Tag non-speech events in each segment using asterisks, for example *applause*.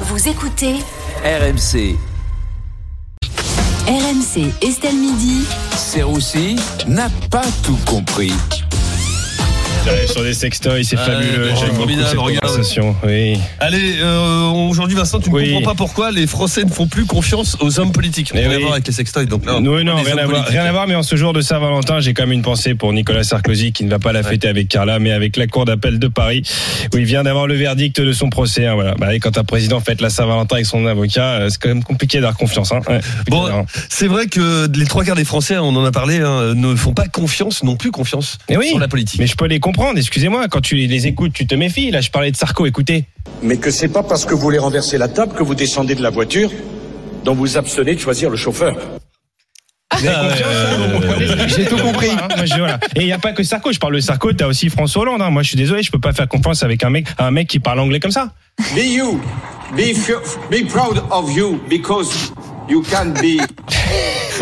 Vous écoutez RMC, RMC Estelle Midi. Serroussi n'a pas tout compris. Ouais, sur des sextoys, c'est Ouais, fabuleux. bon, J'aime beaucoup formidable, cette regarde. conversation. Oui. Allez, euh, aujourd'hui Vincent, tu ne Oui. comprends pas pourquoi les Français ne font plus confiance aux hommes politiques. Mais rien oui. à voir avec les sextoys, donc Non, non. non, Les rien hommes à, voir, politiques. rien à voir, mais en ce jour de Saint-Valentin, j'ai quand même une pensée pour Nicolas Sarkozy qui ne va pas la fêter avec Carla, mais avec la Cour d'appel de Paris, où il vient d'avoir le verdict de son procès. hein, voilà. Bah, et quand un président fête la Saint-Valentin avec son avocat, euh, c'est quand même compliqué d'avoir confiance. Hein. Ouais, c'est Bon, bizarre. C'est vrai que les trois quarts des Français, on en a parlé, hein, ne font pas confiance, n'ont plus confiance Mais oui. sur la politique. Mais je peux les comprendre, excusez-moi, quand tu les écoutes, tu te méfies. Là, je parlais de Sarko, écoutez. mais que c'est pas parce que vous voulez renverser la table que vous descendez de la voiture dont vous abstenez de choisir le chauffeur. Ah hein. J'ai tout compris. hein. Et il n'y a pas que Sarko. Je parle de Sarko. T'as aussi François Hollande. hein. Moi, je suis désolé, je peux pas faire confiance avec un mec, un mec qui parle anglais comme ça. Be you. Be, fu- be proud of you because you can be *laughs*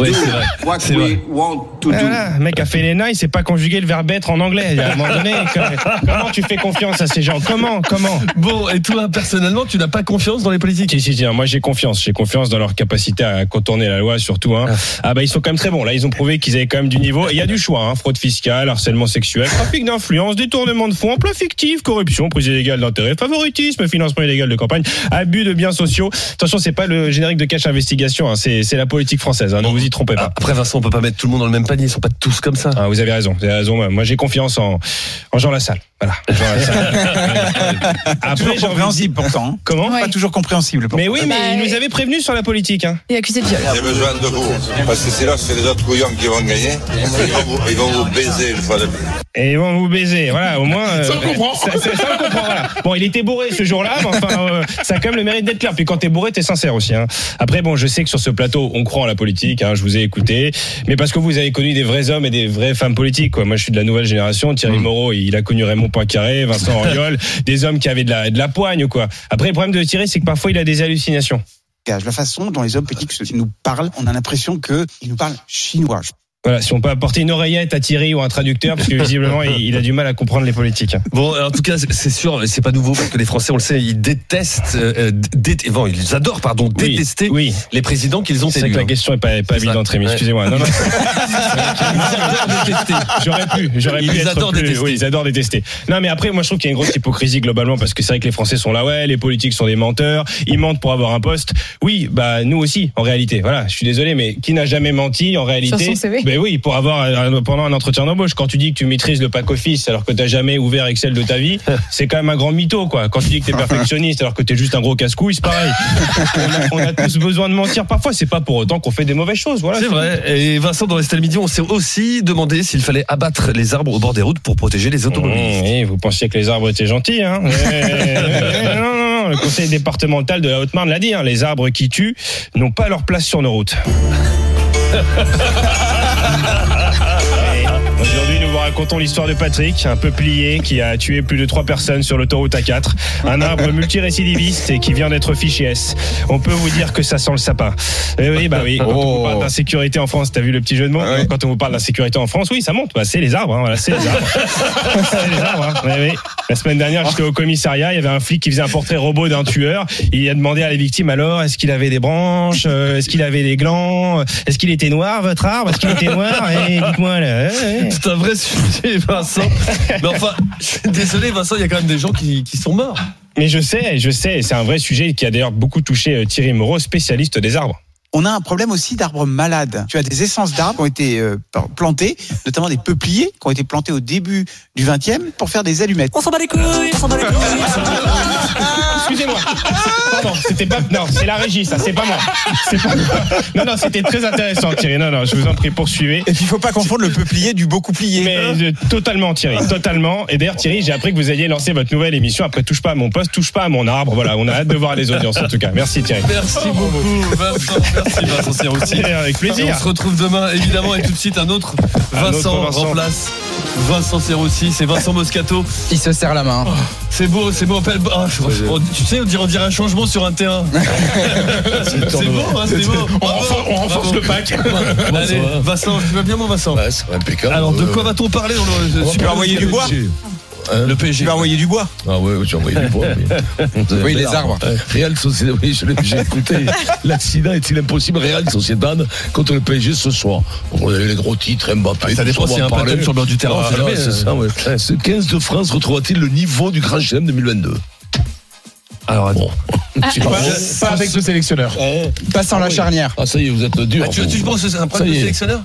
oui, c'est vrai. what C'est we vrai. want to Ah, do. voilà, le mec a fait l'ENA, il sait pas conjuguer le verbe être en anglais. À un moment *laughs* donné, que- comment tu fais confiance à ces gens Comment Comment Bon, et toi, personnellement, tu n'as pas confiance dans les politiques si, si, si, hein, moi j'ai confiance, j'ai confiance dans leur capacité à contourner la loi surtout. Hein. Ah bah ils sont quand même très bons, là ils ont prouvé qu'ils avaient quand même du niveau. Et Il y a du choix, hein. fraude fiscale, harcèlement sexuel, trafic d'influence, détournement de fonds, emploi fictif, corruption, prise illégale d'intérêt, favoritisme, financement illégal de campagne, abus de biens sociaux. Attention, c'est pas le générique de cache investigation, hein. c'est c'est la politique française, hein. ne vous y trompez pas. Bah, Après, Vincent, on peut pas mettre tout le monde dans le même panier, ils sont pas tous comme ça. Ah, vous avez raison, vous avez raison. Moi, j'ai confiance en, en Jean Lassalle. Voilà. Jean *laughs* Lassalle. Après, j'ai envie de toujours dire- compréhensible pourtant. hein. Comment Pas toujours compréhensible. pourtant. Mais oui, mais Bah, il nous avait prévenu sur la politique. Hein. Et accusé de viol. J'ai besoin de vous. Parce que sinon, c'est les autres couillons qui vont gagner. Ils vont vous, ils vont vous baiser une fois de plus. Et ils vont vous baiser. Voilà, au moins. euh, ça, on comprend. Ça, ça, ça, on comprend, voilà. Bon, il était bourré ce jour-là, mais enfin, euh, ça a quand même le mérite d'être clair. Puis quand t'es bourré, t'es sincère aussi. Hein. Après, bon, je sais que sur ce plateau, on croit en la politique. Hein, je vous ai écouté, mais parce que vous avez connu des vrais hommes et des vraies femmes politiques. Quoi. Moi, je suis de la nouvelle génération. Thierry Moreau, il a connu Raymond Poincaré, Vincent Auriol, des hommes qui avaient de la, de la poigne, quoi. Après, le problème de Thierry, c'est que parfois, il a des hallucinations. La façon dont les hommes politiques se- nous parlent, on a l'impression qu'ils nous parlent chinois. Voilà, si on peut apporter une oreillette à Thierry ou un traducteur, parce que visiblement, il, il a du mal à comprendre les politiques. Bon, en tout cas, c'est- c'est sûr, c'est pas nouveau parce que les Français, on le sait, ils détestent, euh, dé- bon, ils adorent, pardon, Oui, détester oui. les présidents qu'ils ont C'est vrai élus. hein. que la question est pas, pas C'est ça. évidente, Rémi. Ouais. Excusez-moi. Non, non. Ils adorent détester. J'aurais pu, j'aurais Ils pu être adorent plus- détester. oui, ils adorent détester. Non, mais après, moi, je trouve qu'il y a une grosse hypocrisie globalement parce que c'est vrai que les Français sont là, ouais, les politiques sont des menteurs, ils mentent pour avoir un poste. Oui, bah nous aussi, en réalité. Voilà, je suis désolé, mais qui n'a jamais menti en réalité Sur son CV. Ben oui, pour avoir un- pendant un entretien d'embauche, quand tu dis que tu maîtrises le pack office alors que t'as jamais ouvert Excel de ta vie, c'est quand même un grand mytho, quoi. Quand tu dis que t'es perfectionniste alors que t'es juste un gros casse-couille, c'est pareil. on, a, on a tous besoin de mentir. Parfois, c'est pas pour autant qu'on fait des mauvaises choses. Voilà. C'est vrai. Et Vincent, dans Estelle Midi, on s'est aussi demandé s'il fallait abattre les arbres au bord des routes pour protéger les automobilistes. Mmh, oui, vous pensiez que les arbres étaient gentils, hein Eh, eh, Non, non, non. Le conseil départemental de la Haute-Marne l'a dit, hein, les arbres qui tuent n'ont pas leur place sur nos routes. Et Aujourd'hui, nous vous racontons l'histoire de Patrick, un peuplier qui a tué plus de 3 personnes sur l'autoroute A4, un arbre multirécidiviste et qui vient d'être fiché S. On peut vous dire que ça sent le sapin. Eh oui, bah oui, quand on vous parle d'insécurité en France, t'as vu le petit jeu de mots Quand on vous parle d'insécurité en France, oui, ça monte, bah, c'est les arbres, hein, voilà, c'est les arbres. C'est les arbres, *laughs* hein. Ouais, ouais. La semaine dernière, j'étais au commissariat, il y avait un flic qui faisait un portrait robot d'un tueur. Il a demandé à la victime alors, est-ce qu'il avait des branches Euh, Est-ce qu'il avait des glands euh, Est-ce qu'il était noir, votre arbre Est-ce qu'il était noir Eh, Dites-moi là. ouais, ouais. C'est un vrai sujet, Vincent. Mais enfin, je suis désolé, Vincent, il y a quand même des gens qui, qui sont morts. Mais je sais, je sais, c'est un vrai sujet qui a d'ailleurs beaucoup touché euh, Thierry Moreau, spécialiste des arbres. On a un problème aussi d'arbres malades. Tu as des essences d'arbres qui ont été euh, plantées, notamment des peupliers qui ont été plantés au début du 20e pour faire des allumettes. On s'en bat les couilles, on s'en bat les couilles. Excusez-moi. Pardon, c'était pas. Non, c'est la régie, ça, c'est pas moi. C'est pas moi. Non, non, c'était très intéressant, Thierry. Non, non, je vous en prie, poursuivez. Et puis il faut pas confondre le peuplier du beaucoup plié. Mais euh, totalement Thierry, totalement. Et d'ailleurs Thierry, j'ai appris que vous alliez lancer votre nouvelle émission après touche pas à mon poste, touche pas à mon arbre. Voilà, on a hâte de voir les audiences en tout cas. Merci Thierry. Merci beaucoup, Vincent. Merci, Vincent Serroussi. Et avec Et on plaisir. se retrouve demain, évidemment, et tout de suite un autre Un autre Vincent, Vincent. en place. Vincent Serroussi, c'est Vincent Moscato. Il se serre la main. C'est beau, c'est beau. Appelle- ah, je- on- tu sais, on dirait, on dirait un changement sur un terrain. *laughs* c'est beau, hein, c'est beau. on renforce le pack. Allez, Vincent, tu vas bien, mon Vincent c'est impeccable. Alors, de quoi va-t-on parler dans le On va Super parler envoyé de- bois Hein Le PSG. Tu vas envoyer du bois. Ah ouais, ouais, j'ai envoyé du bois. mais- Oui, Mais les l'arbre. arbres. Ouais. Real Sociedad, oui, je l'ai- j'ai *laughs* écouté. L'accident est-il impossible Real Sociedad contre le PSG ce soir. On a eu les gros titres, Mbappé. Ça tout dépend on va s'il y a un parler. patin sur le bord du terrain, Ah, on sait non, jamais, c'est euh. ça, ouais. Ce 15 de France retrouvera-t-il le niveau du Grand Chelem 2022 Alors, attends. Bon. C'est pas bon. Pas avec le sélectionneur. Pas sans la charnière. Ah ça y est, vous êtes dur. Ah, tu, vous. tu penses que c'est un problème Ça y de est. sélectionneur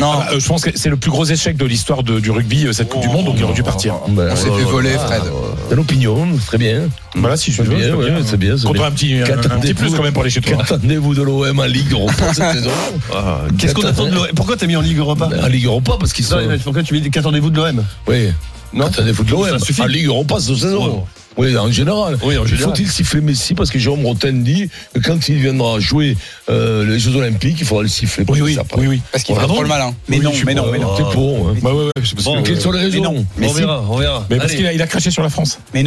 Non. Ah, euh, je pense que c'est le plus gros échec de l'histoire de- du rugby, euh, cette Coupe du Monde, donc il aurait dû partir. Ben, On s'est ouais, fait ouais, voler, ouais. Fred. T'as l'opinion, très bien. Voilà, si je C'est veux. bien, ouais, c'est bien. c'est Contre bien. un petit, un- un petit Qu'attendez-vous- plus quand même pour les chez toi. Qu'attendez-vous de l'OM en Ligue Europa *laughs* cette saison Ah, Qu'est-ce qu'on attend de l'OM Pourquoi t'as mis en Ligue Europa En Ligue Europa, parce qu'ils sont. Non, mais Pourquoi tu dis qu'attendez-vous de l'OM Oui. Non, t'as des fautes de Ça l'OM. suffit. En Ligue Europa, cette saison. Oui, en général. Oui, en général. Faut-il siffler Messi Parce que Jérôme Roten dit que quand il viendra jouer euh, les Jeux Olympiques, il faudra le siffler. Oui, oui, oui, Parce qu'il Ah fait bon trop le malin. Mais non, mais non, mais non. T'es pour. hein. Ouais, ouais, ouais, je sais pas ce Bon, euh, que- Quelles sont les mais raisons non. On verra, on verra. Mais parce Allez. qu'il a, il a craché sur la France. Mais non.